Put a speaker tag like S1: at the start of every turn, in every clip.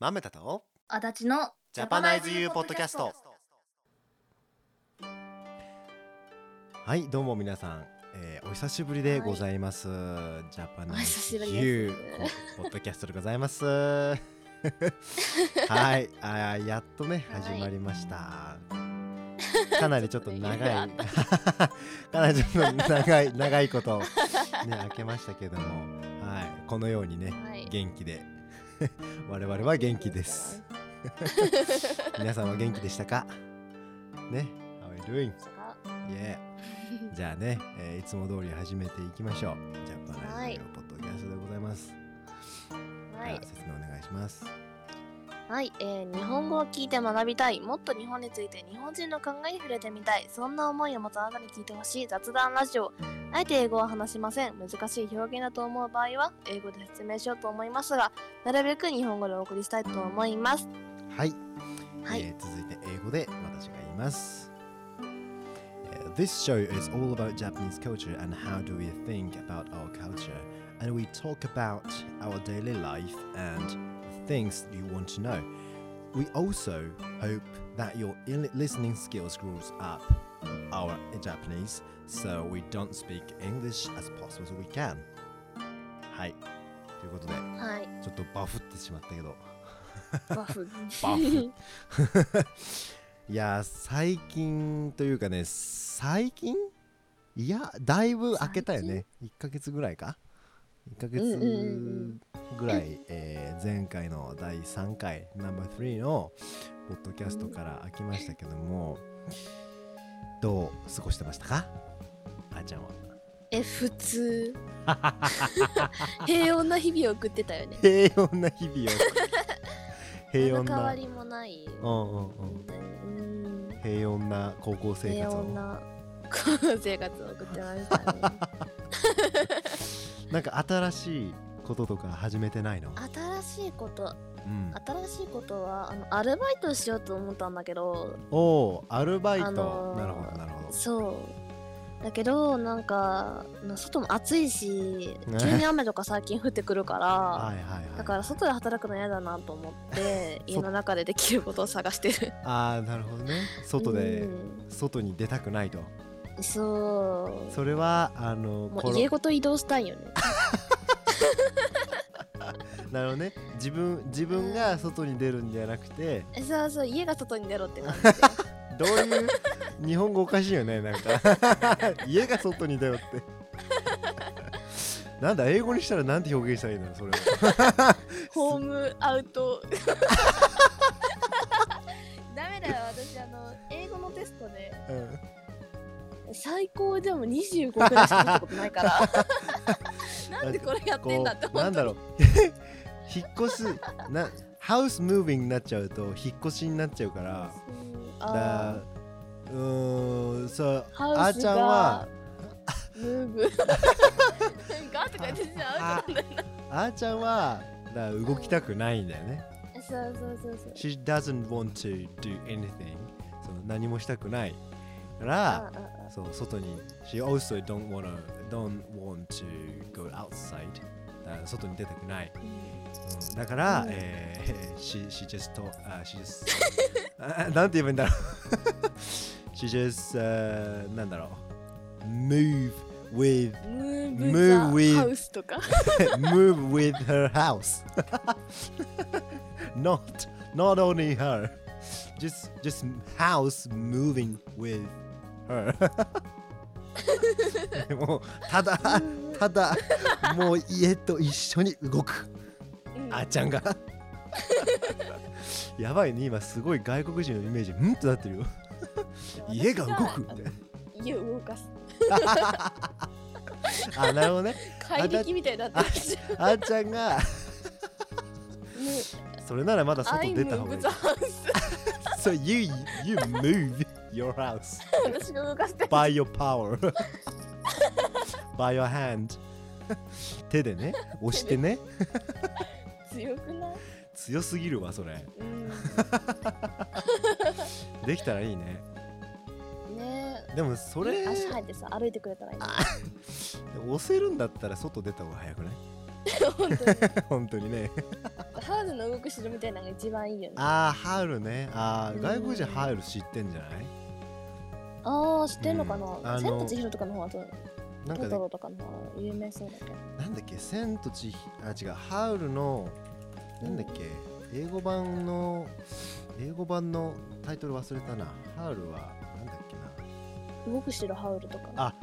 S1: まめたと
S2: 足立の
S1: ジャパナイズユーポッドキャストはいどうも皆さん、えーお久しぶりでございます、ジャパナイズユー
S2: お久しぶりで
S1: ポポッドキャストでございますはいあーやっとね
S2: はい
S1: 始まりました、かなりちょっと長い
S2: ちょ
S1: か
S2: っ
S1: なりちょっと長い長いことね開けましたけどもはいこのようにね
S2: はい
S1: 元気で 我々は元気です皆さんは元気でしたかね How are you doing? イエーじゃあね、えーいつも通り始めていきましょうジャパナイズのポッドキャストでございます、
S2: は
S1: で
S2: い
S1: は、説明お願いします
S2: はいえー日本語を聞いて学びたいもっと日本について日本人の考えに触れてみたいそんな思いを持つあなたに聞いてほしい雑談ラジオあえて英語は話しません難しい表現だと思う場合は英語で説明しようと思いますがなるべく日本語でお送りしたいと思います
S1: はい、
S2: はい、
S1: えー続いて英語で私が言います、えー This show is all about Japanese culture and how do we think about our culture and we talk about our daily life and things you want to know We also hope that your il- listening skills grows up our Japanese so we don't speak English as possible as we can はいということで
S2: はい
S1: ちょっとバフってしまったけど
S2: バフ
S1: バフ いやー最近というかね最近いやだいぶ開けたよね1ヶ月ぐらいか1ヶ月
S2: うんうんうん
S1: ぐらい、えー前回の第3回ナンバー3のポッドキャストから開きましたけどもどう過ごしてましたかあーちゃんは
S2: え普 通平穏な日々を送ってたよね
S1: 平穏な日 々を平穏
S2: 何の変
S1: な
S2: わりもない
S1: うんうんうん
S2: うん
S1: 平穏な高校生
S2: 平
S1: 活を
S2: 穏な高校生活を送ってましたね
S1: なんか新しいこととか始めてないの
S2: 新しいこと
S1: うん、
S2: 新しいことはあのアルバイトしようと思ったんだけど
S1: おおアルバイト、
S2: あのー
S1: なるほどなるほど
S2: そうだけどなんかな外も暑いし
S1: ね
S2: 急に雨とか最近降ってくるから
S1: はいはいはい
S2: だから外で働くの嫌だなと思って
S1: そ
S2: 家の中でできることを探してる
S1: ああなるほどね外で、
S2: うん
S1: 外に出たくないと
S2: そう
S1: それはあの
S2: も
S1: コ
S2: う
S1: ロ
S2: 家ごと移動した いよね。
S1: なるほどね自分自分が外に出るんじゃなくて
S2: えそうそう、家が外に出ろって感じ
S1: どう いう 日本語おかしいよねなんか家が外に出よってなんだ英語にしたらなんて表現したらいいんだろうそれは
S2: で。ホームアウト。 ダメだよ、私、あの、英語のテストで、
S1: うん
S2: 最高でも25くらいしか取ったことないから。 なんでこれやってんだって
S1: こうな
S2: 思っ
S1: ん
S2: て。
S1: だろう 引っ越すなハウスムービングになっちゃうと引っ越しになっちゃうから
S2: うん
S1: だ
S2: あ
S1: うーんそう
S2: ー
S1: あ
S2: ハ
S1: ー
S2: ウス
S1: ちゃんは
S2: がムー ブ。ガーとか言ってんじゃん、アウトなんだよ
S1: あーちゃんはだ動きたくないんだよね
S2: な。そうそうそうそう。
S1: She doesn't want to do anything その何もしたくないから
S2: うんうんうん
S1: そう外に She also don't wanna don't want to go outside だから外に出たくないうんだから、
S2: うん
S1: えー、she, she just talk, あ she just あ なんて言えばいいんだろう she just、uh, なんだろう move with
S2: ムー
S1: Move
S2: ブ
S1: with
S2: ザハウスとか。
S1: move with her house not not only her just just house moving with her もうただただもう家と一緒に動く
S2: うん
S1: あーちゃんが やばいね今すごい外国人のイメージうんってなってるよ家が動くみたいな
S2: 家を動かす
S1: あなるほどね
S2: 怪力みたいになってるじゃん
S1: あーちゃんが
S2: ね
S1: それならまだ外
S2: I
S1: 出た方が
S2: move
S1: いい
S2: the house
S1: So you you move your house
S2: 私が動かしてる
S1: by your power by your hand 手でね押してね
S2: 強くない
S1: 強すぎるわそれできたらいいね
S2: うんね
S1: でもそれ
S2: え足生えてさ歩いてくれたらいいな
S1: 押せるんだったら外出た方が早くない
S2: 本当に
S1: 本当にね
S2: ハハウルの動く城みたいなのが一番いいよね。
S1: ああ、ハウルね。ああ、
S2: うん
S1: 外国人ハウル知ってんじゃない
S2: ああ、知ってんのか
S1: うん
S2: な、
S1: あの
S2: 千と千尋とかの方はどう
S1: なんか
S2: ト
S1: ね
S2: トロとかの方が有名そうだけど。
S1: なんだっけ、千と千尋、あ、違う、ハウルの、なんだっけ、英語版の、英語版のタイトル忘れたな。ハウルは、なんだっけな。
S2: 動く城ハウルとか。
S1: あは、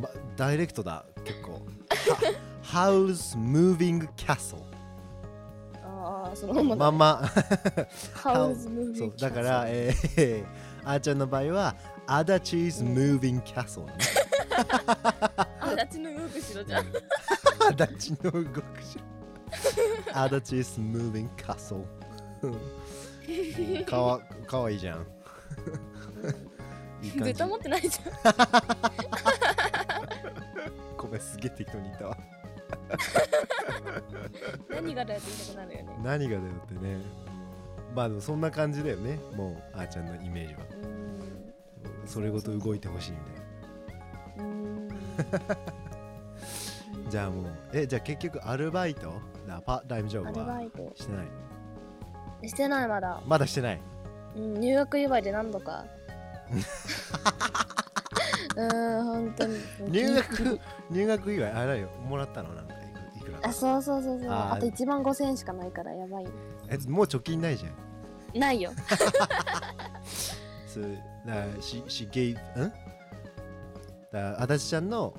S1: ま、ダイレクトだ、結構。 は Howl's Moving Castle。
S2: ああ、そのまま
S1: まんま、
S2: ハウ ルズムービー。
S1: そうだから、えー、あー ちゃんの場合は、アダチーズ・ムービング・キャスル。
S2: あ、だちの動く城じゃん。
S1: アダチの動くじゃん。アダチーズ・ムービング・キャスル。かわかわいいじゃん。いい感
S2: 絶
S1: じ
S2: 対。持ってないじゃん。
S1: ごめん、すげえ適当に言ったわ。
S2: 何がだよって言いたくなる よね。
S1: 何がだよってね。まあでもそんな感じだよね。もう、あーちゃんのイメージは。
S2: うーん
S1: それごと動いてほしいみたいな。
S2: うーん
S1: じゃあもう、え、じゃあ結局アルバイトあパートタイムジョ
S2: ア
S1: ブ
S2: ル
S1: は
S2: バイト
S1: してない。
S2: してないまだ、
S1: まだしてない。
S2: うん、入学祝いで何 度かうーん本当に
S1: 入学 入学祝いあれだよもらったのなんかいくいくらか
S2: あそうそうそうそう
S1: あー
S2: あと1万5000円しかないからやばい
S1: えもう貯金ないじゃん
S2: ないよ
S1: そうだから she, she gave んだあたしちゃんの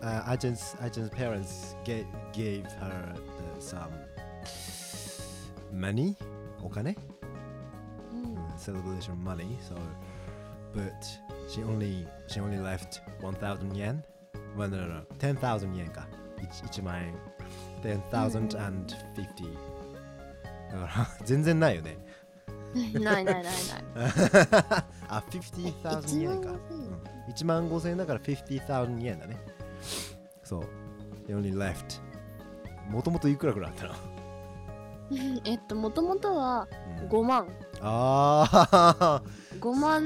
S1: ああちゃん 's- あちゃん 's parents gave, gave her the, some money お金、
S2: うん
S1: うん、celebration money so but she only she only left 1000 yen well, no no no 10,000 yen か 1, 1万円10,050だから 全然ないよね
S2: ないないないない
S1: あ、50,000
S2: え
S1: 円か。うん1万5000円だから50,000円だね。そう。They only left. もともといくらくらいあったの、
S2: えっともともとは
S1: うん
S2: 5万
S1: ああ
S2: 5万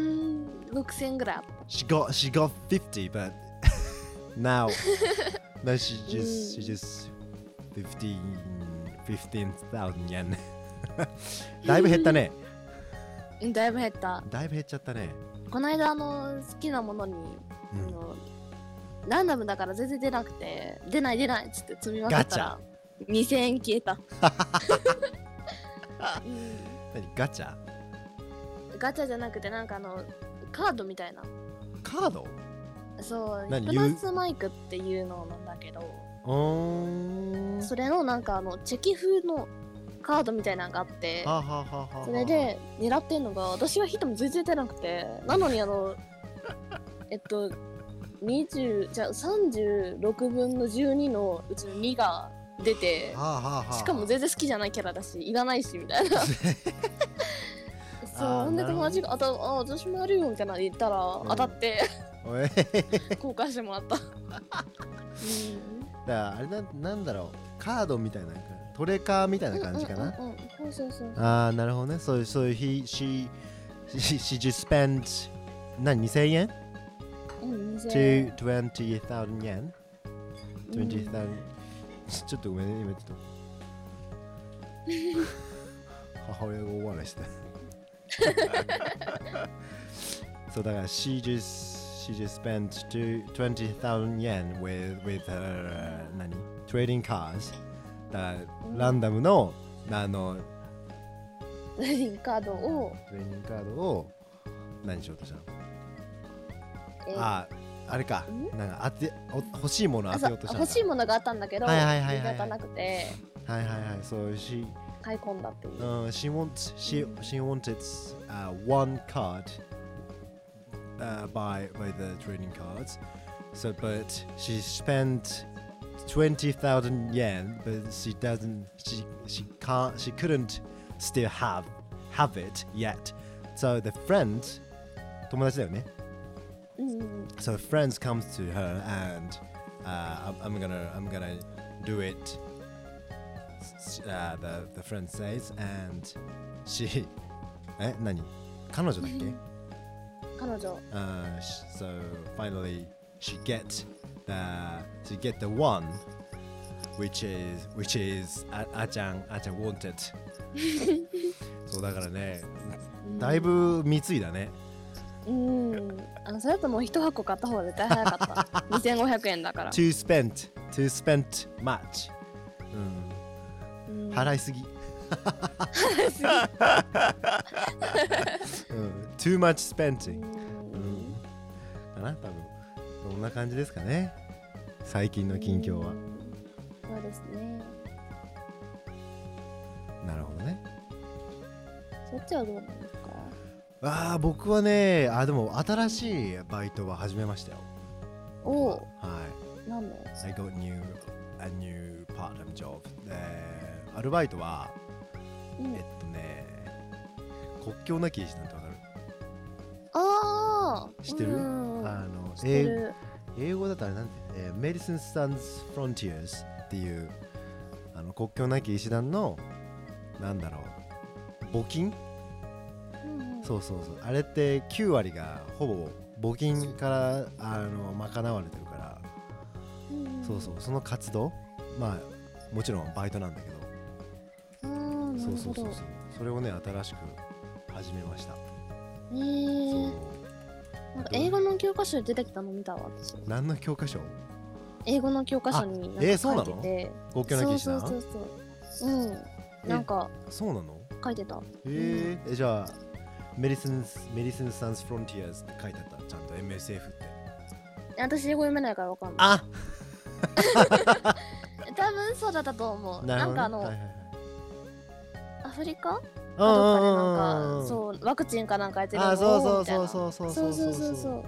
S2: 6千ぐらいあっ
S1: She got, she got 50, but now, now she just, she just 15 15,000円。 だいぶ減ったね。
S2: ただいぶ減った
S1: だいぶ減っちゃったね。
S2: この間あの好きなものに、
S1: う
S2: あ
S1: ん、
S2: のランダムだから全然出なくて出ない出ないっつって積みまくったら2000円消えた、う
S1: 何ガチャ
S2: んガチャじゃなくてなんかあのカードみたいな
S1: カード
S2: そう
S1: 何
S2: ヒプノスマイクっていうのなんだけど
S1: うーん。
S2: それのなんかあのチェキ風のカードみたいなのがあって
S1: はあはあはあはあ
S2: それで狙ってんのが私はヒットも全然出なくてなのに あのえっと20じゃあ36分の12のうちの2が出て
S1: はあはあはあ
S2: しかも全然好きじゃないキャラだしいらないしみ たいなそう
S1: あー
S2: ほんで
S1: なるほど
S2: 友達が「あたあ私もやるよ」みたいなの言ったら
S1: ん
S2: 当たって
S1: おいだか
S2: 交換してもら った、うん
S1: らあれななんだろうカードみたいなトレカーみたいな感じかな、
S2: うんうんうんうんそうそうそう
S1: ああなるほどねそういうそういう he she she, she just spent 何2000円
S2: うん2000
S1: to 20,000 yen
S2: うん
S1: 20,000、ち ちょっとごめんね今ちょっと 母親が大笑いしてそうだから she just she just spent to 20,000 yen with with her、uh, 何 trading cars だから
S2: うん
S1: ランダムのあの
S2: カードを、
S1: トレーニングカードを何しようとしたの
S2: えー
S1: ああれか
S2: ん
S1: なんか当てお欲しいもの
S2: あ
S1: 当
S2: そ
S1: て
S2: う
S1: ようとしたんだ
S2: 欲しいものがあったんだけど、
S1: はいはいはいはい
S2: 見当たらなくて
S1: はいはいはいそう she
S2: 買い込んだっていう。
S1: Uh, she wants she she wanted uh, one card uh, by by the trading cards. So, but she spent twenty thousand yen, but she doesn't she she can't she couldn't still have have it yet. So the friend, 友達だよね?
S2: うんうん、
S1: So friends comes to her and uh, I'm, I'm gonna I'm gonna do it. s- Uh, the the friend says and she え何彼女だっけ、
S2: 彼女、
S1: uh, sh- So finally she get the she get the one which is which is ああちゃんあちゃん wanted そうだからねだいぶ貢いだね
S2: うんあのそれだともう一箱買った方が絶対早か った2500円だから、
S1: to spend to spend much うん
S2: うん、
S1: 払いすぎ。うん、too much spending。うん、かな、多分。そんな感じですかね。最近の近況は。
S2: そうですね
S1: なるほどね。
S2: そっちはどうなんですか
S1: ああ、僕はね、あ、でも新しいバイトは始めましたよ。
S2: お
S1: は
S2: う何の
S1: い。I got new a new part-time job。で、アルバイトは、
S2: うん
S1: えっとね、国境なき医師なんてわかる。
S2: ああ
S1: 知ってる
S2: うん
S1: あの、
S2: 知って
S1: 英語
S2: る
S1: 英語だったらなんて、えー、Medicine Stands Frontiers っていうあの国境なき医師団のなんだろう募金、
S2: うんうん
S1: そうそうそうあれって9割がほぼ募金からあの賄われてるから、
S2: うんん
S1: そうそうその活動まあもちろんバイトなんだけど
S2: あーなるほ
S1: そうそ
S2: ど
S1: うそうそうそれをね新しく始めました、
S2: え
S1: そ
S2: ー
S1: う、
S2: なんか英語の教科書に出てきたの見たわ私
S1: 何の教科書
S2: 英語の教科書になんか
S1: えーそう
S2: 書
S1: ないの
S2: てて
S1: 国境なき医師
S2: そ
S1: 団
S2: うそうそうそううんなんか
S1: そうなの
S2: 書いてた
S1: えーえじゃあメディシンスメディシンサンスフロンティアーズって書いてあったちゃんと MSF って
S2: 私英語読めないからわかんない
S1: あ
S2: 多分そうだったと思うなんかあの、アフリカ
S1: あ
S2: どっかでなんか
S1: う
S2: そうワクチンかなんかやってるの
S1: あそうそ
S2: を
S1: う
S2: みたい
S1: そう
S2: な
S1: そうそう
S2: そうそうそう
S1: そ
S2: そうう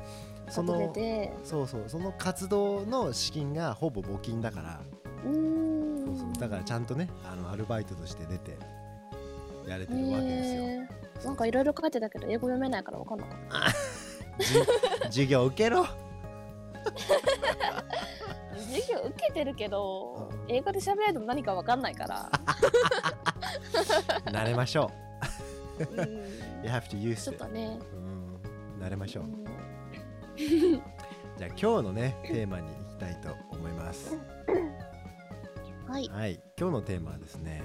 S1: そ
S2: 集め
S1: の
S2: て
S1: そうそうその活動の資金がほぼ募金だから
S2: うーん
S1: そうそうだからちゃんとねあのアルバイトとして出てやれてるわけですよ
S2: へーなんかいろいろ書いてたけど英語読めないからわかんなかっ
S1: じ授業受けろ
S2: た授業受けてるけど
S1: うん
S2: 英語で喋られても何かわかんな いから、
S1: 慣れましょ
S2: うん
S1: う You have to
S2: ち
S1: use
S2: ょっ
S1: it
S2: とね
S1: うん慣れましょう
S2: うん
S1: じゃあ今日の ねテーマに行きたいと思います
S2: はい
S1: はい、今日のテーマはですね、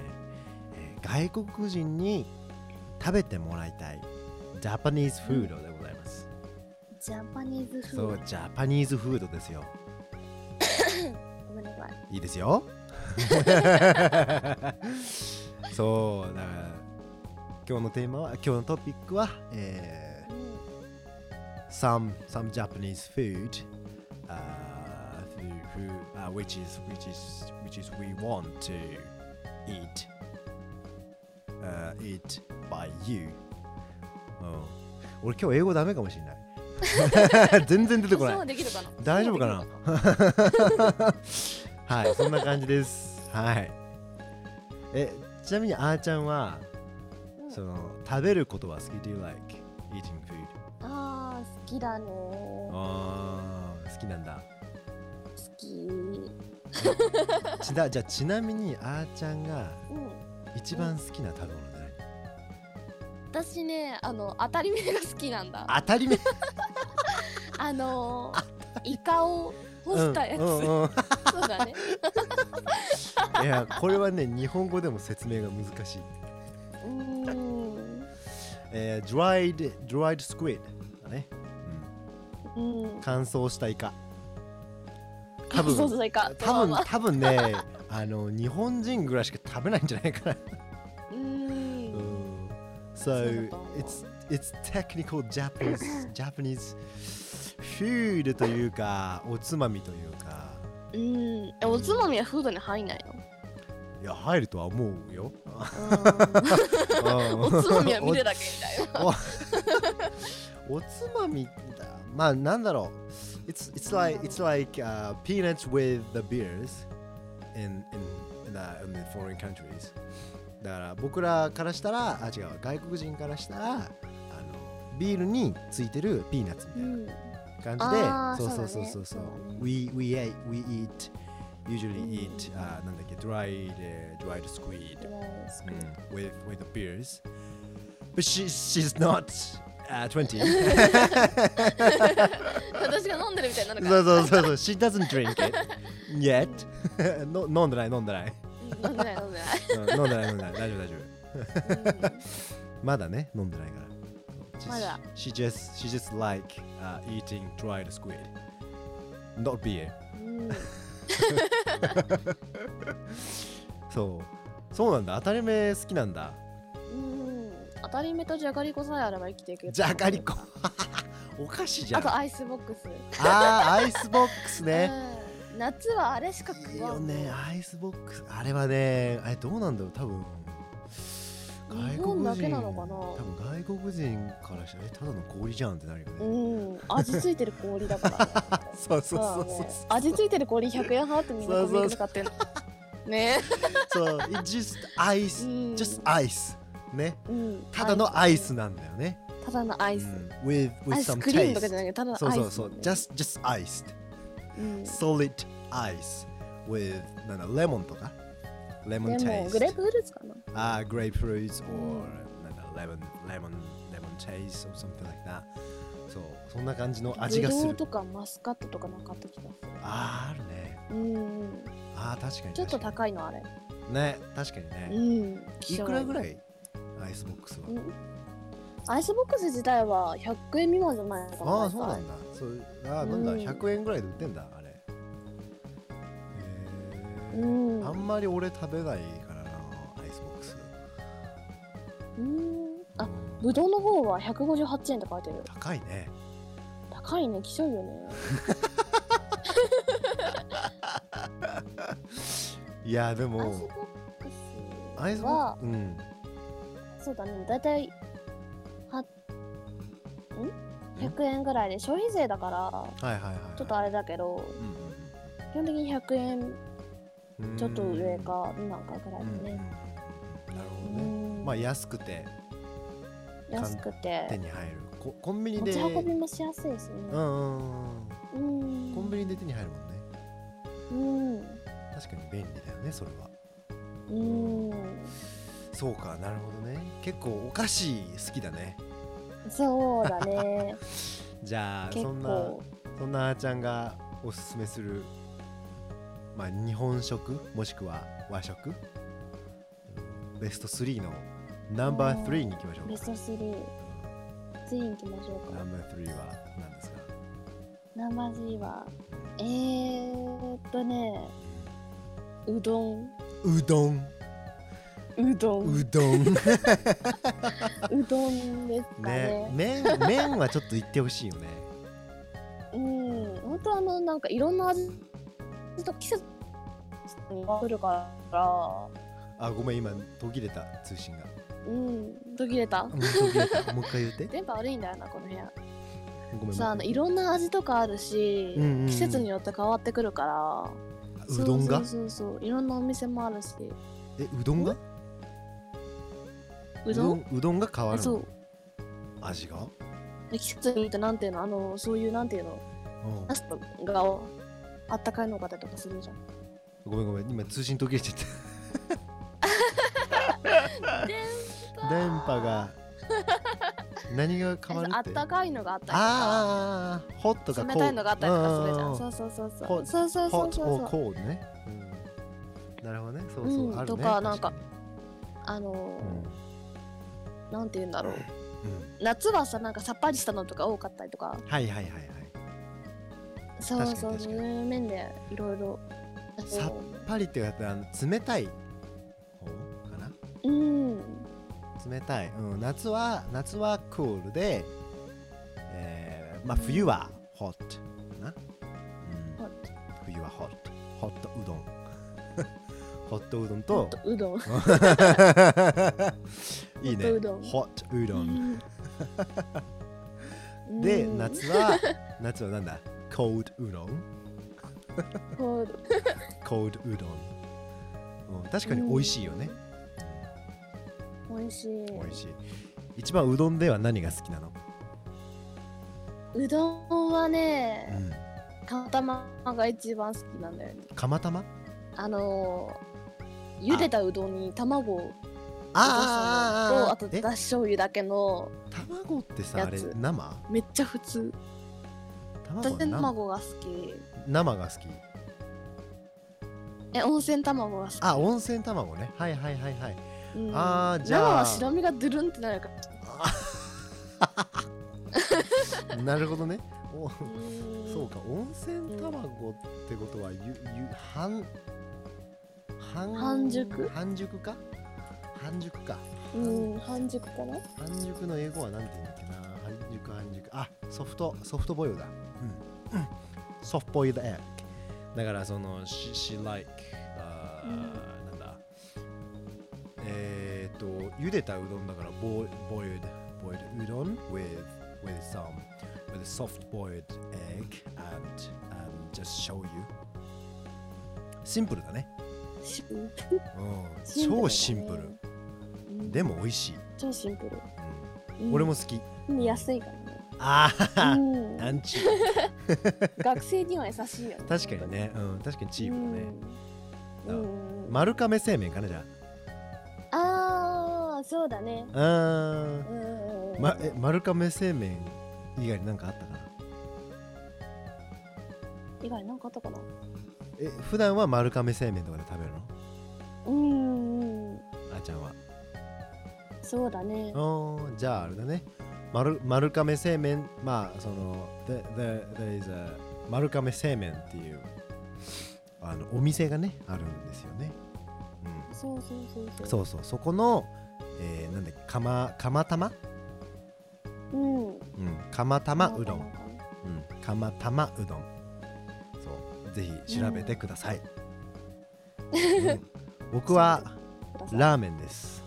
S1: えー外国人に食べてもらいたいジャパニーズフードでございます、
S2: ジャパニーズ
S1: そ
S2: 風
S1: うジャパニーズフードですよ
S2: ごめんなさい
S1: いいですよそうだから今日のテーマは今日のトピックは、え
S2: う
S1: ー
S2: ん
S1: some some Japanese food uh, who, who, uh, which is which is which is we want to eat uh, eat by you うん俺今日英語ダメかもしれない 全然出てこない
S2: そうできるかな
S1: 大丈夫かなはいそんな感じですはいえちなみにあーちゃんは
S2: うん
S1: その食べることは好き Do you like eating food?
S2: あー好きだね好
S1: あー好きなんだ
S2: きうん
S1: ちだじゃあちなみにあーちゃんが一番好きな食べ物って
S2: 私ねあの当たり目が好きなんだ
S1: 何当た り目
S2: あのー、イカを干したやつ、
S1: うんうんうん
S2: そうだね
S1: いやこれはね日本語でも説明が難しい、
S2: うーん
S1: えー、dried dried squid だね、
S2: うん
S1: うん、乾燥したイカ多
S2: 多
S1: 分
S2: 分そうそうそうイカ
S1: 多
S2: まあま
S1: 分
S2: あ
S1: 多分ねあの日本人ぐらいしか食べないんじゃないかな。
S2: うーん
S1: うん
S2: そうだ
S1: so
S2: と思う
S1: it's it's technical Japanese Japanese food というかおつまみというか
S2: うんえおつまみはフードに入んないの
S1: いや入るとは思うよ。
S2: うん おつまみは 見るだけみたいな
S1: おつまみだまあなんだろう it's it's like it's like、uh, peanuts with the beers in in in the, in the foreign countries だから僕らからしたらあ違う外国人からしたらあのビールについてるピーナッツみたいな感じで、
S2: あー
S1: そうそう
S2: そ
S1: そうう
S2: だね
S1: そうそう
S2: そうだね
S1: we we eat we eat usually eat、あなんだっけ dried、uh, dried squid、
S2: うん
S1: with with the beers. But she she's not uh, 20.
S2: 私が飲んでるみたいになるか
S1: そ
S2: ら
S1: うそうそうそう。She doesn't drink it yet. の飲んでない飲んでない。
S2: うん飲んでない飲んでない
S1: うん飲んでない飲んでない。大丈夫大丈夫。
S2: うん
S1: まだね、飲んでないから。Just-
S2: まだ
S1: She just, she just like、uh, eating dried squid. Not beer.
S2: うん
S1: そう。そうなんだ。当たり前好きなんだ。
S2: うん当たり目とじゃがりこさえあれば生きていける
S1: じゃがりこ。 お菓子じゃ
S2: あ
S1: ん。
S2: と
S1: あ
S2: アイスボックス
S1: あー、アイスボックスね。
S2: うん夏はあれしか
S1: いい
S2: 食わ
S1: よ
S2: ん
S1: ね、アイスボックス。あれはね、あれどうなんだろう。多分。
S2: 日本だけなのかな
S1: 多分外国人からしたらえただの氷じゃんってなるよ
S2: う
S1: ね。
S2: ん味ついてる氷だからね
S1: そうそう
S2: ま
S1: そ
S2: あ
S1: うそう
S2: ね。味ついてる氷100円払ってみんなコンビニで 買ってんのね
S1: そう、it just ice,
S2: うん
S1: just ice ね。
S2: うん
S1: ただのアイスなんだよね。
S2: ただのアイス
S1: うん with
S2: ア
S1: with
S2: イス
S1: some
S2: クリームとかじゃ
S1: taste.
S2: なくてただのアイス
S1: そうそうそう
S2: ね
S1: just just iced
S2: うん
S1: solid ice with なんだレモンとかレモン
S2: で
S1: taste
S2: もグレープフルーツかな
S1: ああ、grapefruits or なんだ lemon lemon lemon taste or something like that そうそんな感じの味がす
S2: ぶど
S1: る
S2: うとかマスカットとかなかった気がする
S1: あーあるね
S2: うん
S1: ああ確かに
S2: ちょっと
S1: 確か
S2: 高いのあれ
S1: にね確かに
S2: う
S1: ね
S2: ん
S1: いくらぐら
S2: い
S1: いアイスボックスは
S2: アイスボックス自体は100円未満じゃないのか
S1: ああそうなん
S2: だ
S1: だそうあーなんだ
S2: うん
S1: 100円ぐらいで売ってんだあれへえ
S2: うん
S1: あんまり俺食べないからなアイスボックス
S2: うんあ
S1: うん
S2: ぶどうの方は158円って書いてる
S1: 高いね
S2: 高いねきしょいよね
S1: いやで
S2: アイスボ
S1: もアイ
S2: ック
S1: ス
S2: ス
S1: ボッ
S2: は
S1: クスうん
S2: そうだね、だいたいはん100円ぐらいで消費税だから
S1: はいはいはい
S2: ちょっとあれだけど
S1: うんうん
S2: 基本的に100円
S1: うんうん
S2: ちょっと上かなんかぐら
S1: う
S2: い
S1: んうんうんうん
S2: だ
S1: な
S2: ね、
S1: るほ
S2: う
S1: どね
S2: ん
S1: まあ安くて
S2: 安く
S1: 手
S2: て
S1: に入るこコンビニ
S2: 持
S1: で
S2: ち
S1: うん
S2: 運びもしやすいしね
S1: うんうんうん
S2: うん
S1: コンビニで手に入るもんね
S2: うん
S1: 確かに便利だよねそれは
S2: うん
S1: そうかなるほどね結構お菓子好きだね
S2: そうだね
S1: じゃあ
S2: 結
S1: そんな
S2: 構
S1: そんなあーちゃんがおすすめするまあ日本食もしくは和食うんベスト3のナンバー3に行きましょ
S2: ベ
S1: う
S2: ス
S1: か
S2: ト3次に行きましょう
S1: ナ
S2: か
S1: ンバー3は何ですか
S2: ナンバー3はえー、っとねうどん
S1: うどん
S2: うどん
S1: うどん
S2: うどんですか
S1: ね
S2: ね。
S1: 麺麺はちょっと言ってほしいよね
S2: うん、本当はあのなんかいろんな味と季節に来るから、
S1: あごめん今途切れた通信が
S2: うん、途切れた
S1: う。ん途切れたもう一回言 って
S2: 電波悪いんだよなこの部屋。
S1: ごめん
S2: さああ
S1: も
S2: の
S1: う
S2: い
S1: 一回
S2: ろんな味とかあるし、
S1: うんうんうん
S2: 季節によって変わってくるから。
S1: 言ってうどんが
S2: そうそうそうそういろんなお店もあるし、
S1: えうどんが
S2: うどん。
S1: うどんが変わるの
S2: そう。
S1: 味が
S2: で季節によってなんていうのあのそういうなんていうの
S1: うん
S2: ナスとがあったかいのがあったりとかするじゃん。
S1: ごめんごめん今通信途切れちゃった
S2: 電
S1: 電波が何が変わる
S2: あ
S1: っ
S2: ってたかいのがあったりとか。
S1: あーあーあーホットが
S2: 冷たいのがあったりとかするじゃん。
S1: ホ
S2: そうそうそうそ
S1: こ
S2: う。そうそうそう
S1: ット
S2: そう
S1: を。コールね、うん、なるほどねそうそう、
S2: うん
S1: あるね
S2: とかなんか
S1: 確に
S2: あのー、なんて言うんだろう。
S1: うん、
S2: 夏はさなんかさっぱりしたのとか多かったりとか。
S1: うん、はいはいはいはい
S2: そうそう。
S1: 確か
S2: そう
S1: に確かに
S2: いう面でいろいろ。あの
S1: さっパリってやっぱあの冷たい方かな
S2: うん。
S1: 冷たい、うん、夏は夏はクールで、えー、まあ冬はホットかな、うん、
S2: ホッ
S1: 冬はホットホットうどん ホットうどん
S2: ホッ
S1: と
S2: トうどん。
S1: いいね
S2: ホットうどん
S1: ホットうどん
S2: うん
S1: で。夏は夏はなんだ cold うどん
S2: こう
S1: cold うどん、うん、確かに美味しいよね、
S2: 美味しい。
S1: 美味しい一番うどんでは何が好きなの、
S2: うどんは
S1: う
S2: ね、
S1: ん、
S2: かたまが一番好きなんだよね。
S1: 釜玉
S2: あのー。茹でたうどんに卵をとあ
S1: あーあーあ
S2: と
S1: ー
S2: だし
S1: あー
S2: 醤油だけの
S1: え卵ってさ
S2: や
S1: あれ
S2: つ
S1: 生
S2: めっちゃ普通
S1: 卵
S2: 私
S1: は生
S2: 卵が好き
S1: 生が好き
S2: え温泉卵が好き
S1: あ温泉卵ねはいはいはいはい
S2: うん
S1: あーじゃあ
S2: 生は白身がドゥルンってなるから
S1: なるほどねお
S2: うん
S1: そうか温泉卵ってことはゆゆ半半
S2: 半熟
S1: 半熟か半熟か
S2: うん半熟かな
S1: 半熟の英語は何て言うんだっけな半熟半熟あソフトソフトボイルだうん、うん、ソフトボイルエッグだからその she, she like あー、なんだえー、っと茹でたうどんだから boiled boiled boiled うどん with with some with soft boiled egg and and just show you シンプルだね、
S2: シンプル
S1: うん、
S2: シンプルだね
S1: 超シンプル
S2: うん
S1: でも美味しい、
S2: 超シンプル
S1: う
S2: うん
S1: ん、俺も好き
S2: うん安いから
S1: あ あ、
S2: ねうん
S1: なんちゅう
S2: 学生には優しいよね
S1: 確かにね、うん、確かにチームだね。
S2: うんうん
S1: 丸亀製麺かなじゃ
S2: ああそうだね
S1: あ。あー
S2: うんうんうん
S1: ま、え丸亀製麺以外に何かあったかな
S2: 以外なんかあったかな
S1: え普段は丸亀製麺とかで食べるの
S2: うんうん
S1: あーちゃんは。
S2: そうだね
S1: おーじゃああれだね。丸丸亀製麺、まあその、で、で、there is a 丸亀製麺っていうあのお店がね、あるんですよね。うん
S2: そうそうそうそ
S1: そ
S2: う
S1: うそう、そこの、えー、なんだっけ、釜、釜玉
S2: うん
S1: うん、釜玉うどん
S2: ま。あ
S1: うん、釜玉うどんそうぜひ調べてください、うん 僕は
S2: まあ
S1: ラーメンです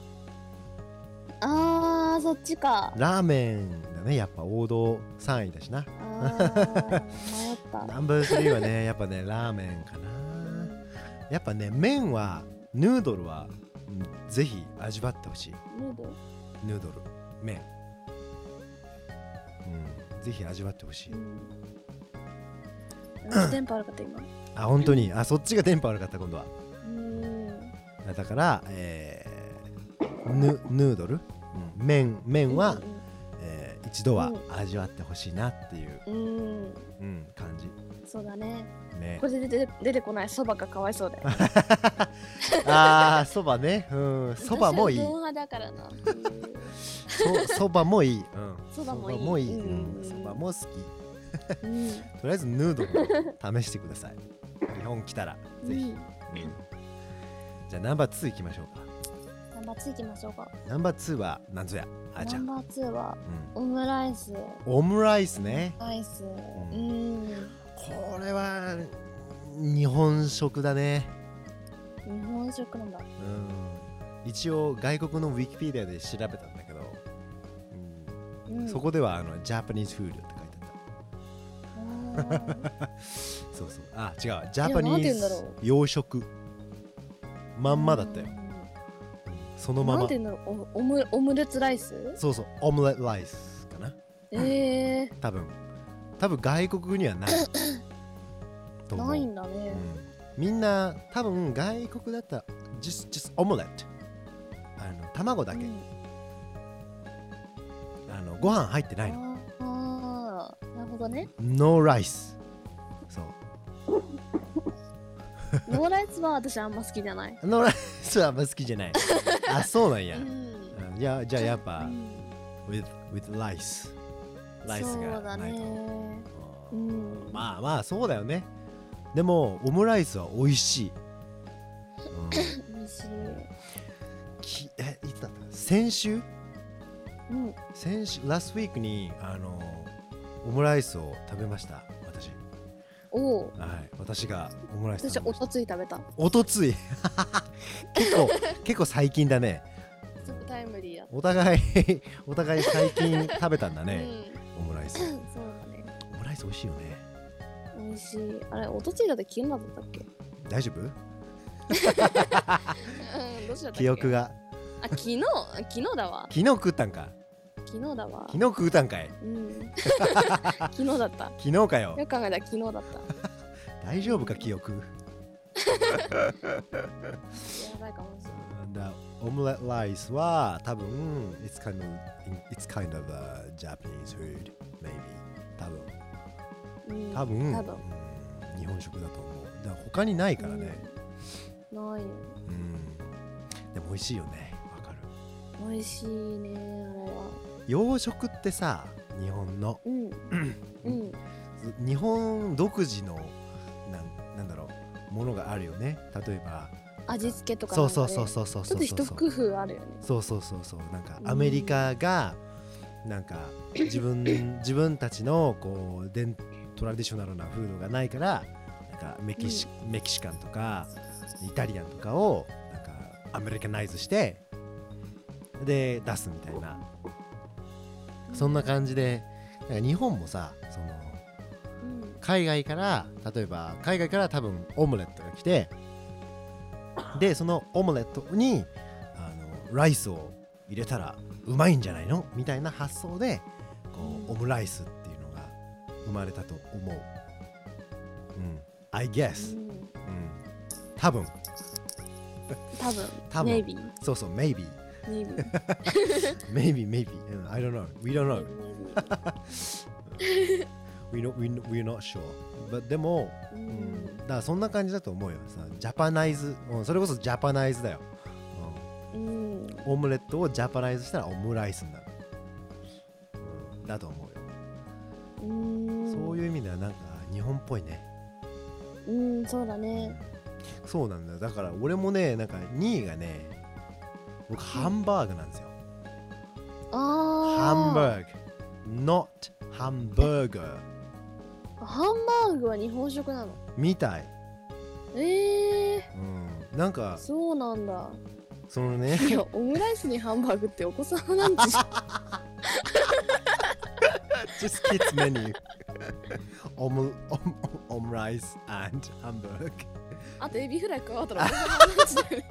S2: あーそっ ちか
S1: ラーメンだねやっぱ王道3位だしな
S2: あー迷った
S1: ナンバー3は ねやっぱねラーメンかなやっぱね麺はヌードルはうんぜひ味わってほしい
S2: ヌードル
S1: ヌードル麺うんぜひ味わってほしい
S2: うんあ電波あるかった今
S1: あ本当にあそっちがテンポ悪かった今度は
S2: うん
S1: だから、えーヌヌードル、うん、麺麺は、えー一度は味わってほしいなっていう、
S2: うんうん
S1: うん、感じ
S2: そうだね
S1: ね
S2: これで出て出てこないそばがかわいそうだよ
S1: あーそばねうん そばもいい
S2: 私はうどん派だか らな
S1: そそばもいい、うん、
S2: そばもいい
S1: そばもいい
S2: うん
S1: うんそばも好き
S2: うん
S1: とりあえずヌードルを試してください 日本来たらぜひ、うんじゃあナンバー2いきましょうか
S2: ナンバー2いきましょうか
S1: ナンバー2はなんぞやあーちゃ
S2: ナン
S1: ん、うん、
S2: バー2はオムライス
S1: オムライスね
S2: ライス
S1: ん
S2: うん
S1: これは日本食だね
S2: 日本食なんだ
S1: うん一応外国のウィキペディアで調べたんだけど、
S2: う
S1: うん
S2: ん
S1: そこではあのジャパニーズフードって書いてあっ
S2: あー
S1: たそうそうあ違うジャパニ
S2: いやなんて
S1: ー
S2: 言うんだろ
S1: ズ
S2: う
S1: 洋食まんまだったよそのま
S2: なん
S1: ま
S2: ていうのオムオムレツライス
S1: そうそうオムレライスかな
S2: え
S1: 多分多分外国には ないと
S2: ー、
S1: 思う
S2: ないんだ
S1: う
S2: ね
S1: ん、みんな多分外国だったら just, just オムレットあの卵だけ、
S2: うん
S1: あのご飯入ってないの
S2: あーなるほどね
S1: No rice そう
S2: ノーライスは私あんま好きじゃない
S1: ノーライスはあんま好きじゃ ない。あ、そうなんや
S2: う。ん
S1: いや、じゃあやっ
S2: う
S1: ぱ、
S2: ん
S1: with, with rice。ライス
S2: そう
S1: が
S2: だ
S1: ないと。
S2: ね
S1: あ
S2: う
S1: ー
S2: ん
S1: まあまあ、そうだよね。でも、オムライスは美味しい。うん
S2: 美味しい
S1: きえ、いつだった先週
S2: うん
S1: 先週、ラストウィークに、あの、オムライスを食べました。私。
S2: お
S1: は
S2: お
S1: い。私がオムライス
S2: 私
S1: 食べ
S2: お
S1: ました
S2: と。つい食べた
S1: おとつい。結構、結構最近だね。
S2: すごくタイムリーだっ
S1: お互いお互い最近食べたんだ
S2: た
S1: ね、オムライス
S2: うんそうだね
S1: オムライス美味しいよね
S2: 美味しいあれおとついだって昨日だったっけ
S1: 大丈夫
S2: うんどうしちゃったっけ
S1: 記憶が
S2: あ昨日あ昨日だわ
S1: 昨日食ったんか
S2: 昨日だわ
S1: 昨日食ったんかい
S2: うん 昨日だった
S1: 昨日かよ
S2: よく考えたら昨日だった
S1: 大丈夫か記憶
S2: やばいかもしれない
S1: うん Now, omelette rice は多分、it's kind of, it's kind of a Japanese food, maybe. 多分、
S2: うん
S1: 多分、
S2: 多分
S1: うん日本食だと思う。だから他にないからね。
S2: ないよ
S1: うん。でも美味しいよね。わかる。
S2: 美味しいねあれは
S1: 洋食ってさ、日本の、
S2: うんうん
S1: 日本独自の、なんなんだろう、ものがあるよね。例えば、
S2: 味付けとか
S1: そ
S2: なん
S1: う
S2: かね
S1: そうそうそうそう
S2: ち
S1: そう
S2: ょっと一
S1: そう
S2: 工夫あるよね
S1: そうそうそうそうなんか
S2: うん
S1: アメリカがなんか自分 自分たちのこう伝トラディショナルなフードがないからなんかメキシ、メキシカンとかイタリアンとかをなんかアメリカナイズしてで出すみたいなそんな感じでなんか日本もさその
S2: うん
S1: 海外から例えば海外から多分オムレットが来てでそのオムレットにあのライスを入れたらうまいんじゃないのみたいな発想でこうオムライスっていうのが生まれたと思う。うん、I guess、
S2: うん
S1: うん、多分
S2: 多分
S1: 多分
S2: maybe
S1: そうそう maybe
S2: maybe
S1: maybe maybe、うん、I don't know we don't know we not we we're not sure but でも
S2: う
S1: うん
S2: ん
S1: だからそんな感じだと思うよさジャパナイズ、うん、それこそジャパナイズだよ、
S2: うん
S1: うん、オムレットをジャパナイズしたらオムライスになる、うん、だと思うよ、
S2: うん
S1: そう
S2: う
S1: いう意味ではなんか日本っぽいね、
S2: うんそうだ
S1: う
S2: ね
S1: んそうなんだよだから俺もねなんか2位がね僕ハンバーグなんですよ、
S2: あ
S1: ハン
S2: あ
S1: バーグ not ハンバーガー
S2: ハンバーグは日本食なの
S1: みたい、
S2: ええ
S1: うん、なんか
S2: そうなんだ
S1: そのね
S2: いやオムライスにハンバーグってお子さんな んて
S1: just kids menu オムオムオムライス and ハンバーグ
S2: あとエビフライ加わったらお子さんなんちだよね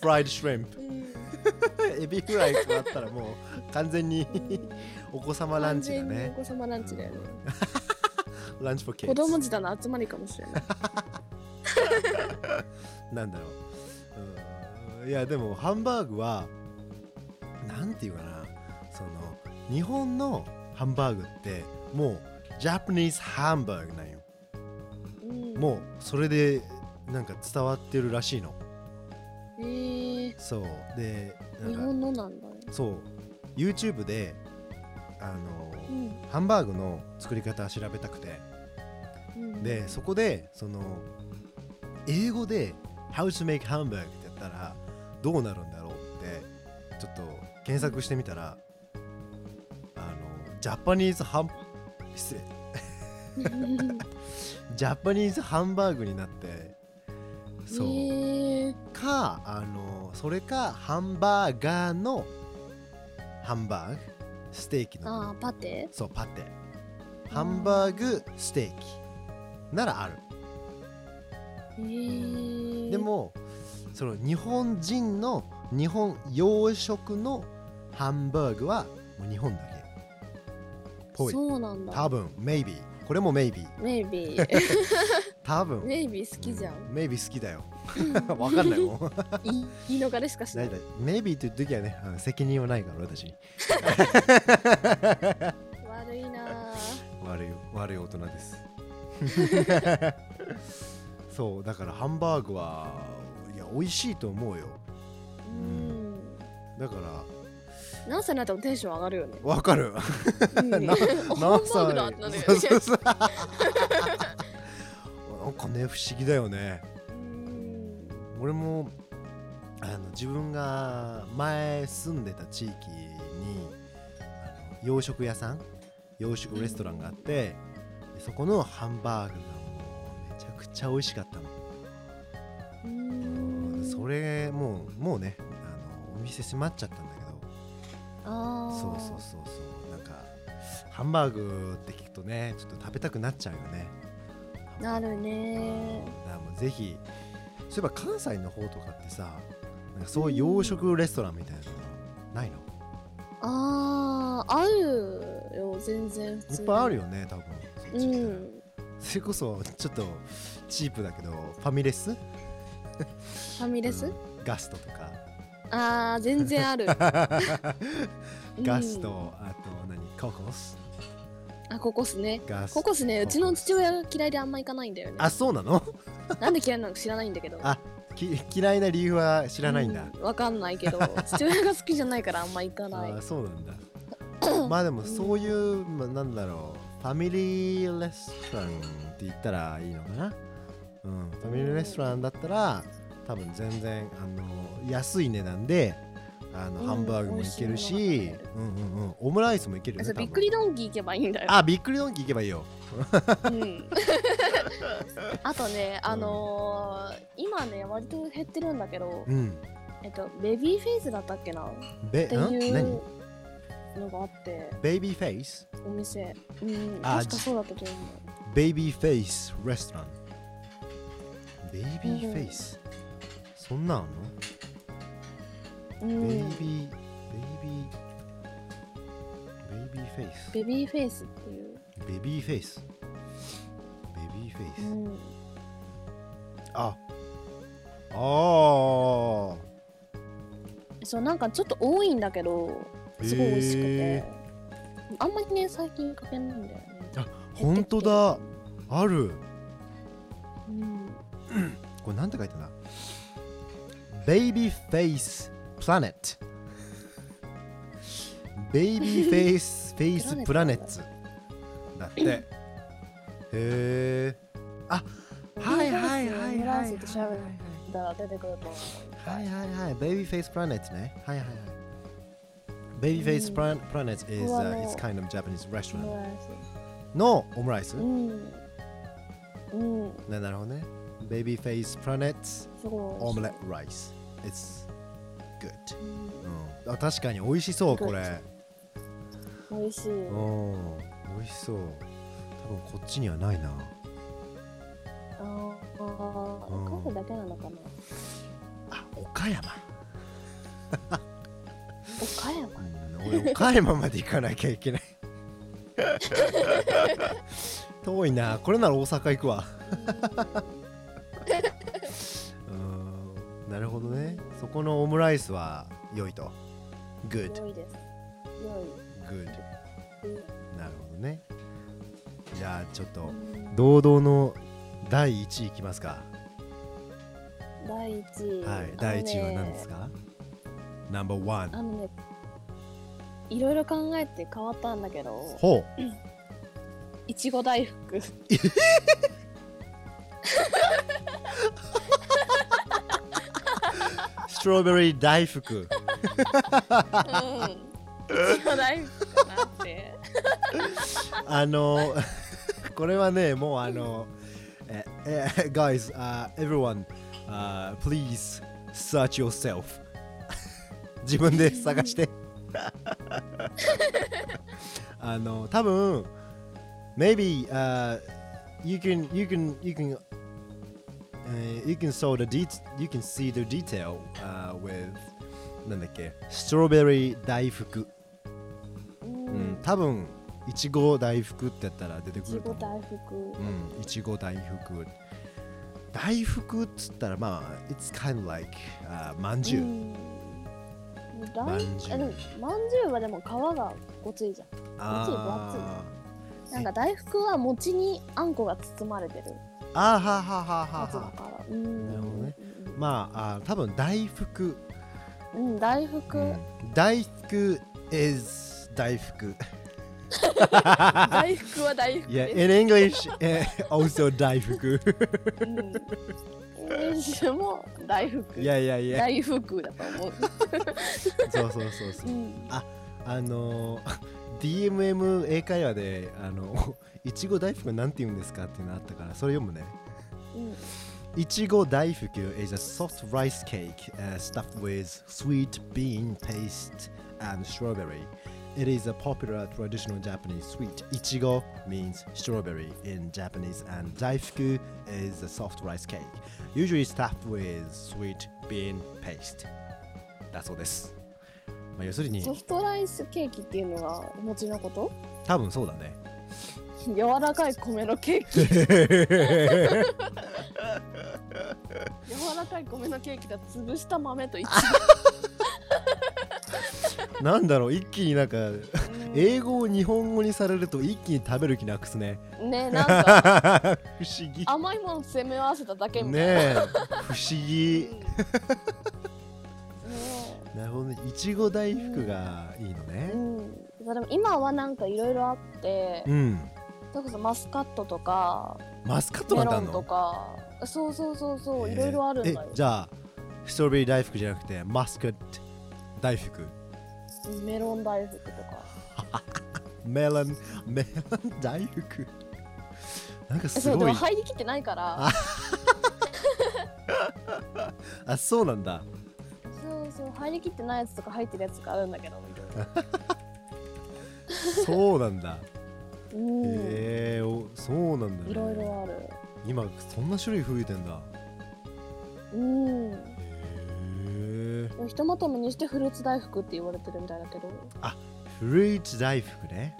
S1: fried shrimp
S2: うん
S1: エビフライ加わったらもう完全にお子様ランチだ
S2: 完全に
S1: ね
S2: お子様ランチだよ ね。
S1: ランチ for kids
S2: 子供時代の集まりかもしれない。
S1: なんだろううんいやでもハンバーグはなんていうかなその日本のハンバーグってもうジャパニーズハンバーグなんよ
S2: うん、
S1: もうそれでなんか伝わってるらしいの
S2: えー、
S1: そうでなん
S2: 日
S1: か
S2: 本のなんだね。
S1: そう YouTube であの、
S2: うん
S1: ハンバーグの作り方調べたくて
S2: うん、
S1: でそこでその英語で「How to make hamburg」ってやったらどうなるんだろうってちょっと検索してみたらあのジャパニーズハン失礼ジャパニーズハンバーグになってそう、
S2: えー、
S1: かあのそれかハンバーガーのハンバーグステーキの部分
S2: あーパテ
S1: そうパテハンバーグステーキならある
S2: えー、
S1: でもその日本人の日本洋食のハンバーグはもう日本だけぽい
S2: そうなんだ。
S1: 多分 maybe これも maybe
S2: maybe
S1: 多分
S2: maybe 好 きじゃ。
S1: うんん maybe 好きだよわかんないもん
S2: い言い逃れしかしな
S1: ない
S2: い
S1: だ。maybe って言う時はねあの責任はないから俺たちに
S2: 悪いなぁ。
S1: 悪い悪い大人です そうだからハンバーグはいや美味しいと思うよ
S2: うん。
S1: だから
S2: 何歳になってもテンション上がる よね。
S1: わかる
S2: うん、 ハンバーグだってなるよ ね。
S1: そうそうそう なんかね不思議だよね
S2: うん
S1: 俺もあの自分が前住んでた地域にあの洋食屋さん洋食レストランがあって、でそこのハンバーグがもうめちゃくちゃ美味しかったの、
S2: う
S1: うん
S2: ん。
S1: それもうもうねあのお店閉まっちゃったんだけど
S2: ああ。
S1: そうそうそうそうなんかハンバーグって聞くとねちょっと食べたくなっちゃうよね
S2: なる
S1: う
S2: ね
S1: んだからもうぜひそういえば関西の方とかってさなんかそういう洋食レストランみたいなのないの
S2: あああるよ全然普
S1: い
S2: 通に
S1: っぱいあるよね多分そっち
S2: う
S1: 来たら
S2: ん
S1: それこそちょっとチープだけどファミレス
S2: ファミレス、
S1: うんガストとか
S2: あー全然ある
S1: ガストあと何ココス
S2: あココスね
S1: ガス
S2: ココスねうちの父親が嫌いであんま行かないんだよね
S1: あそうなの
S2: なんで嫌いなのか知らないんだけど
S1: あき 嫌いな理由は知らないんだ、
S2: うわかんないけど父親が好きじゃないからあんま行かな い
S1: あーそうなんだ まあでもそういう、まあ、なんだろうファミリーレストランって言ったらいいのかなうんファミリーレストランだったら多分全然あの安い値段であの、
S2: うん
S1: ハンバーグもいける
S2: 美味しい
S1: し
S2: ものが食
S1: うんうんうんオムライスもいけるよ
S2: あそ
S1: ね
S2: うびっ
S1: 多
S2: く
S1: 分
S2: りドンキー行けばいいんだよ、
S1: あびっくりドンキー行けばいいよ
S2: うん、 あとねあのー今ね割と減ってるんだけど、
S1: うん
S2: えっとベビーフェイスだったっけなっ
S1: べ
S2: て
S1: ん
S2: いう
S1: 何
S2: のがあって
S1: ベイビーフェイス
S2: お店うん確
S1: あ
S2: かそうだったと思
S1: ベイビーフェイスレストランベイビーフェイスそんなんあんの
S2: う、う
S1: ベイビー、
S2: ん、
S1: ベイビー、ベイビーフェイス。
S2: ベビーフェイスっていう、
S1: ベビーフェイス。ベビーフェイ
S2: う
S1: ス。
S2: ん、
S1: あ、ああ、
S2: そうなんかちょっと多いんだけどすごい美味しくて、
S1: へ
S2: あんまりね最近かけないんだよね
S1: 本当だ。ある。
S2: うん
S1: これなんて書いてんだ。ベイビーフェイスプラネット。ベイビーフェイス フェイスプラネッツ。だって。へえ。あ、はいはいはいはいはい
S2: ベイビーフェイスのオムライスって調べ
S1: は
S2: る
S1: い。
S2: だから出てくると思う。
S1: はいはいはい、Baby Face Planet ね。はいはいはい。Baby Face
S2: うん
S1: Plan- Planet is、
S2: ここは
S1: uh,
S2: もう
S1: it's kind of Japanese
S2: オ
S1: restaurant
S2: ムライス
S1: のオムライス。
S2: うん。うん。
S1: ななるほどね。Baby Face Planet
S2: すごい。
S1: Omelette Rice。It's good、
S2: うん。
S1: うん。あ確かに美味しそうこれ。
S2: 美味しい。
S1: うん。美味しそう。多分こっちにはないな。
S2: ああ
S1: うん
S2: ー、カフェだけなのかな。
S1: あ、岡山。
S2: 岡山。
S1: うん俺岡山まで行かなきゃいけない遠いなこれなら大阪行くわうんなるほどねそこのオムライスは良いと Good
S2: 良いです。
S1: Good
S2: 良いうん。
S1: なるほどねじゃあちょっと
S2: うん
S1: 堂々の第1位いきますか、
S2: 第一位。
S1: はい第1位は
S2: あのね
S1: 何ですかナンバーワン
S2: あのね。いろいろ考えて変わったんだけど、
S1: ほう
S2: いちご大福。
S1: ストロベリー大福
S2: うん。いちご大福かなって。
S1: あのこれはねもうあのええ guys、uh, everyone、uh, please search yourself 自分で探して あの多分 maybe、uh, you can you can you can uh, you can saw the det you can see the detail、uh, with なんだっけストロベリー大福
S2: う
S1: うんん、。多分いちご大福ってやったら出て
S2: い
S1: く
S2: ち
S1: ると
S2: ご
S1: 思
S2: 大
S1: う
S2: 福。
S1: うんいちご大福大福っつったらまあ it's kind of like、uh, まんじゅう、
S2: うんだ
S1: まん
S2: い
S1: じゅう
S2: えでもまんじゅうはでも皮がごついじゃ
S1: あ
S2: んなんか大福は餅にあんこが包まれてる
S1: ーあーはははは
S2: やつだ
S1: は
S2: からうん
S1: なるほどねまああー多分大福、
S2: うんうん大福、
S1: うん大福 is 大福
S2: 大福は大福
S1: Yeah,
S2: で
S1: in English, eh, also 大 福。
S2: す、うんでも大福
S1: いやいやいや、
S2: 大福だと思う、
S1: そうそうそうそう
S2: う。ん、
S1: あの DMM 英会話であの いちご大福なんて言うんですかっていうのあったからそれ読むね
S2: うん
S1: いちご大福 is a soft rice cake、uh, stuffed with sweet bean paste and strawberry It is a popular traditional Japanese sweet. Ichigo means strawberry in Japanese, and daifuku is a soft rice cake, usually stuffed with sweet bean paste. だそう です。まあ、要するに、
S2: ソフトライスケーキっていうのがお餅のこと
S1: 多分そうだね。
S2: 柔らかい米のケーキ柔らかい米ののケーキが潰した豆と一緒。
S1: なんだろう一気になんか英語を日本語にされると一気に食べる気なくすね
S2: ね
S1: 不
S2: なんか
S1: 思議
S2: 甘いもの攻め合わせただけみたい
S1: ねえ不
S2: な。
S1: 思議
S2: うんね
S1: なるほどねいちご大福がいいの
S2: え
S1: ね
S2: うん、でも今はなんかいろいろあって、
S1: うん
S2: それこそマスカットとか
S1: マスカットな
S2: メ
S1: んてあ
S2: ロ
S1: ん
S2: ンと
S1: の
S2: かそうそうそうそう
S1: えー
S2: いろいろあるんだよ
S1: えじゃあストロベリー大福じゃなくてマスカット大福
S2: メロン大福とか
S1: メロンメロン大福なんか
S2: え
S1: す
S2: そうで
S1: ご
S2: も
S1: い
S2: 入りきってないから
S1: ああそうなんだ
S2: そうそう入りきってないやつとか入ってるやつがあるんだけど
S1: そうなんだ
S2: うん、
S1: へえおそうなんだね
S2: いろいろある
S1: 今そんな種類増えてんだ
S2: うんで
S1: へえ
S2: もひとまとめにしてフルーツ大福って言われてるみたいだけど
S1: フルーツ大福ね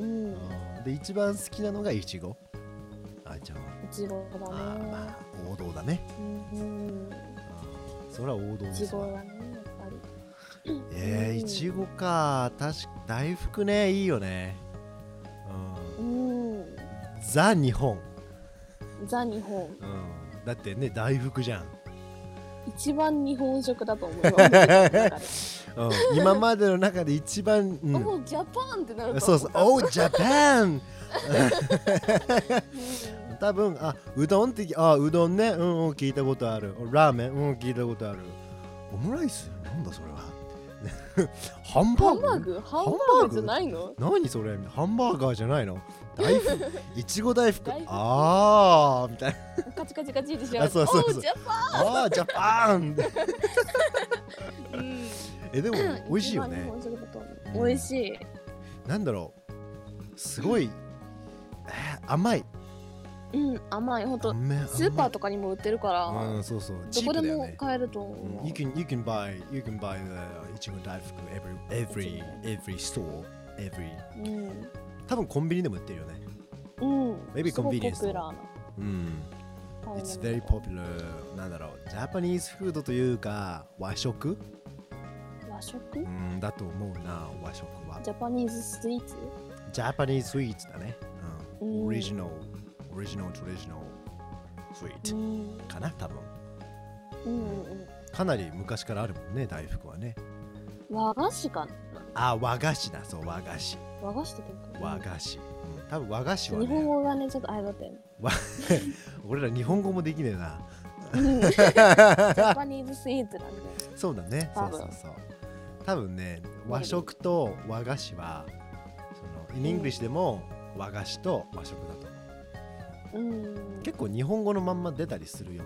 S2: うんい
S1: あーで一番好きなのがいちごあじゃあ
S2: ちご
S1: あ
S2: だ
S1: ー
S2: ね
S1: まあ王道だね
S2: うん
S1: あーそれは王道
S2: い
S1: で
S2: ち
S1: す
S2: ご
S1: わ
S2: だねやっぱり
S1: えー、
S2: うん
S1: いちごか確か大福ねいいよねう
S2: うんん
S1: ザ日本、
S2: ザ日本
S1: うん、だってね大福じゃん、
S2: 一番日本食だと思う よ私の中で
S1: うん、今までの中で一番、うん
S2: おうジャパンってなると
S1: そうそう、
S2: お
S1: おジャパン多分あうどんってあうどんねうんうん聞いたことあるラーメンうん聞いたことあるオムライスなんだそれは ハンバ
S2: ハ
S1: ー
S2: ン
S1: グ
S2: バーグハンバーグじゃないの
S1: 何それハンバーガーじゃないの大福いちご大福
S2: 大福
S1: ああみたいな
S2: カチカチカチってし
S1: あそうそうそう
S2: おうジャパ
S1: ああジャパ ン
S2: ン、うん
S1: えでも美味しいよ
S2: 一
S1: ね
S2: 番日本食だと思う
S1: うん
S2: 美味しい
S1: なんだろうすごい、えー甘い
S2: うん甘い本当
S1: 甘い
S2: スーパー
S1: と
S2: とかにも売ってるから、
S1: うんそうそう
S2: ど
S1: チー
S2: こ
S1: プ
S2: で
S1: だよ
S2: も
S1: ね
S2: 買えると思う、
S1: You can you can buy you can buy the いちご大福 every every every store every
S2: うん
S1: 多分コンビニでも売ってるよね。
S2: うん、
S1: Maybe
S2: すごい
S1: convenience
S2: ポピュラーな
S1: うん。
S2: 買い物
S1: It's very popular なんだろう。ジャパニーズフードというか和食、
S2: 和食
S1: うん、だと思うな和食は。
S2: ジャパニーズスイーツ
S1: ジャパニーズスイーツだね。う。
S2: うんん
S1: オリジナルオリジナルトリジナルスイー
S2: う
S1: ツ
S2: ん
S1: かな多分。
S2: うんうん
S1: かなり昔からあるもんね大福はね。
S2: うん和菓子かな
S1: あ和菓子だそう和菓子
S2: 和菓子って言うか
S1: 和菓子。うん、多分和菓子は
S2: 日本
S1: ね。
S2: 語がねちょっとあれだった よね
S1: 俺ら日本語もできねえな。
S2: うんジャパニーズスイーツなんで
S1: そうだね。そ
S2: 多
S1: う
S2: 分
S1: そうそう。多分ね、和食と和菓子は、その、in
S2: うん
S1: English でも和菓子と和食だと思う。
S2: うん
S1: 結構日本語のまんま出たりするよ。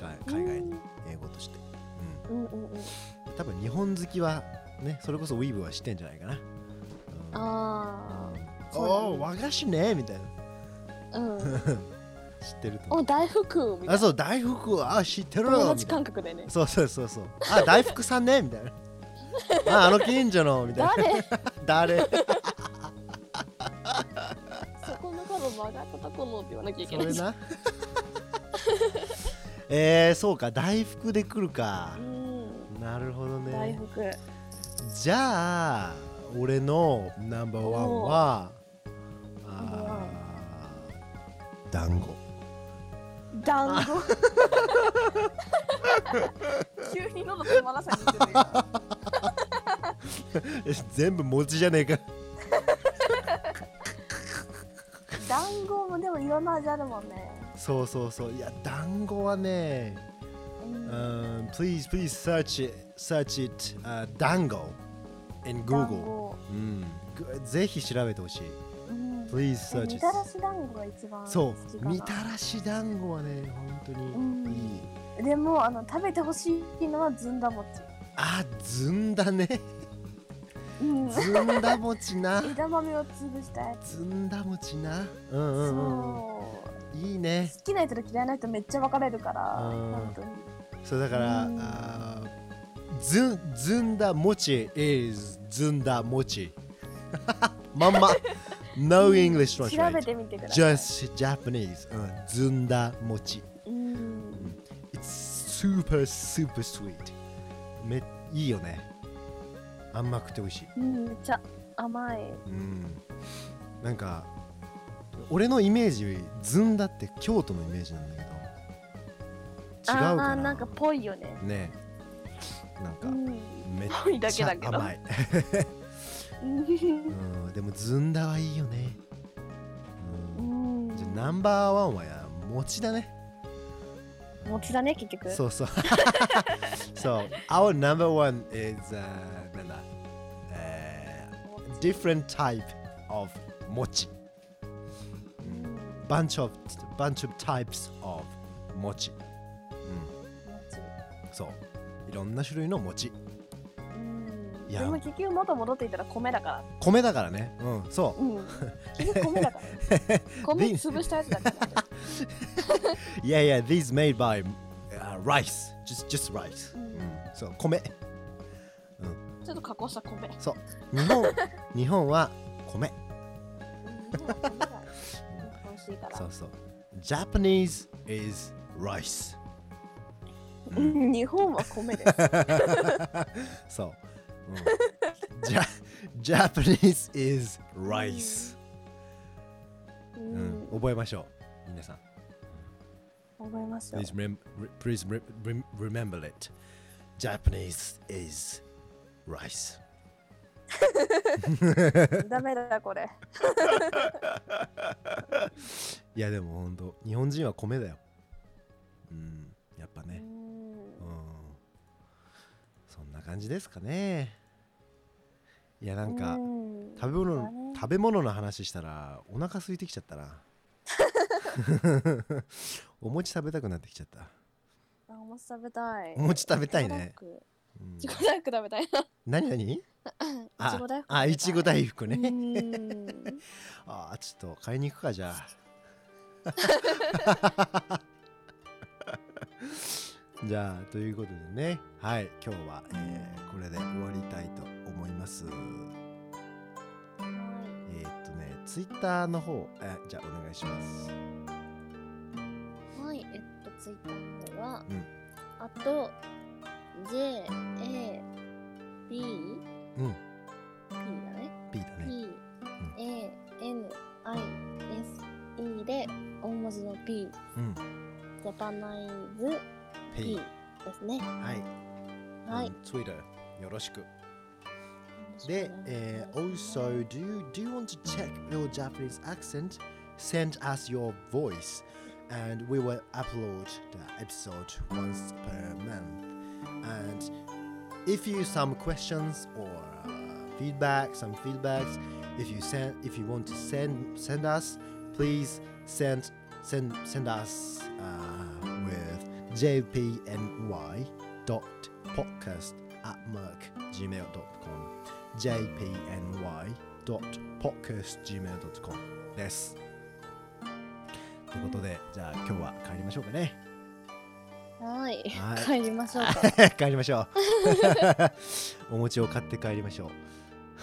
S1: が海外に、英語として。
S2: うんうんうんうん
S1: うん。多分日本好きは、ね、それこそウィーブはしてんじゃないかな。
S2: あ
S1: うん、
S2: そうだね
S1: おおー、和菓子ねみたいな。
S2: あうん
S1: 知ってると思う。
S2: お大福みたい
S1: あ、
S2: な
S1: そう、大福、あ、知ってる
S2: 友
S1: み
S2: 達
S1: たい
S2: 感
S1: な
S2: 覚でね
S1: そうそうそうそう。あ、大福さんねみたい な。あ、あの近所のみたいな。
S2: 誰
S1: 誰
S2: そこの角曲がったとこのって言わなきゃいけ
S1: そ
S2: な
S1: れ
S2: いし
S1: な えー、そうか大福で来るか
S2: う、ん
S1: なるほど
S2: 大
S1: ね
S2: 福
S1: じゃあ俺のナンバーワンは
S2: ナンバーワン
S1: あー団子
S2: 団子 急に喉止まらせにってるよ
S1: え全部餅じゃねえか
S2: 団子もでもいろんな味あるもんね
S1: そうそうそういや団子はね
S2: う
S1: うんん please please search it search it、uh, 団子 in
S2: 団
S1: Google
S2: 子
S1: うんぐぜひ調べてほしい
S2: うんで
S1: please search
S2: み
S1: it
S2: たらし団子が一番
S1: そ
S2: 好き
S1: う、みた
S2: から
S1: し団子はね、本当
S2: うん
S1: にいい。
S2: なでもあの食べてほしいのはずんだ餅
S1: あ、ずんだね。
S2: うん
S1: ずんだ餅な。
S2: 枝豆を潰したやつ
S1: ずんだ餅な。うん
S2: そう
S1: うんうん。いいね。
S2: 好きな人と嫌いな人めっちゃ分かれるから
S1: うん
S2: 本当に
S1: そうだから、
S2: うん
S1: あーずん、ずんだ餅 is ずんだ餅。まんま。No English
S2: 調べ
S1: translate.
S2: てみてください
S1: Just Japanese. うんずんだ餅。
S2: うん
S1: It's super super sweet めいいよね甘くて美味しい
S2: うん、めっちゃ甘い。
S1: うんなんか俺のイメージずんだって京都のイメージなんだけど違うか
S2: あ
S1: な
S2: ーなんかぽいよね。
S1: ねえなん
S2: う
S1: か
S2: ん。
S1: めっ
S2: ぽいだ
S1: ち
S2: け
S1: ゃ
S2: だけど。
S1: 甘 い、うん、でもずんだはいいよね、
S2: う
S1: うん
S2: ん。
S1: じゃあナンバーワンはや餅だね
S2: 餅だね、結局。
S1: そうそう。 そう。Our number one is、uh, なんだ、えー different type of 餅。bunch of bunch of types of 餅。うん、
S2: 餅
S1: そう。いろんな種類の餅。
S2: うん
S1: いや
S2: でも結局元戻っていったら米だから。
S1: 米だからね。うん、そう。
S2: うん。結局米だから。米潰したやつだから。
S1: Yeah, yeah. These made by、uh, rice. Just just rice.
S2: う
S1: うんん、そう。米。
S2: ちょっと加工し た米。
S1: そう。日本日本は米。
S2: うんでも米が美味しいから
S1: そうそう。Japanese is rice.
S2: うん日本は米です。
S1: そう。うん、ジャ Japanese is rice、
S2: う
S1: うん
S2: ん。
S1: 覚えましょう。皆さん。
S2: 覚えましょう。
S1: Please, rem please re rem remember it. Japanese is rice.
S2: ダメだこれ。
S1: いやでも本当日本人は米だよ。うん。やっぱ
S2: う
S1: ね。う
S2: ん
S1: ん。そんな感じですかね。いやなんか
S2: う。ん
S1: 食べ物
S2: だ
S1: の
S2: ね
S1: 食べ物の話したらお腹空いてきちゃった なお餅食べたくなってきちゃった
S2: あお餅食べたい。
S1: お餅食べたい
S2: い
S1: ね
S2: ち、ご
S1: うん
S2: 大福食べたいな。
S1: 何何
S2: いちご大福。
S1: あいちご大福ね、
S2: うん
S1: あーちょっと買いに行くかじゃあ じゃあということでねはい今日は、えーこれで終わりたいと思います
S2: は
S1: えーっとねツイッターの方、えーじゃあお願いします
S2: いはい、えっと、ツイッターの方は、
S1: うん
S2: あと、J, A, B,
S1: うん
S2: P だね。
S1: P だね
S2: P, A, N, I, S, E で、大文字の P、
S1: うん
S2: ジャパナイズ
S1: ペ
S2: P
S1: イ
S2: ですね。
S1: はい、
S2: はい。
S1: Twitter よろしくで、えー、also do you, do you want to check your Japanese accent send us your voice and we will upload the episode once per month and if you some questions or uh, feedback some feedbacks if you send if you want to send send us please send send send us uh, with jpny.podcast at merckgmail.com jpny.podcastgmail.com ですということでじゃあ今日は帰りましょうかね
S2: はい
S1: は。い
S2: 帰りましょうか。
S1: 帰りましょう お餅を買って帰りましょう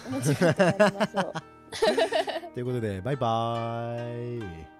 S2: お餅買って帰りましょう。
S1: ということで、バイバイ。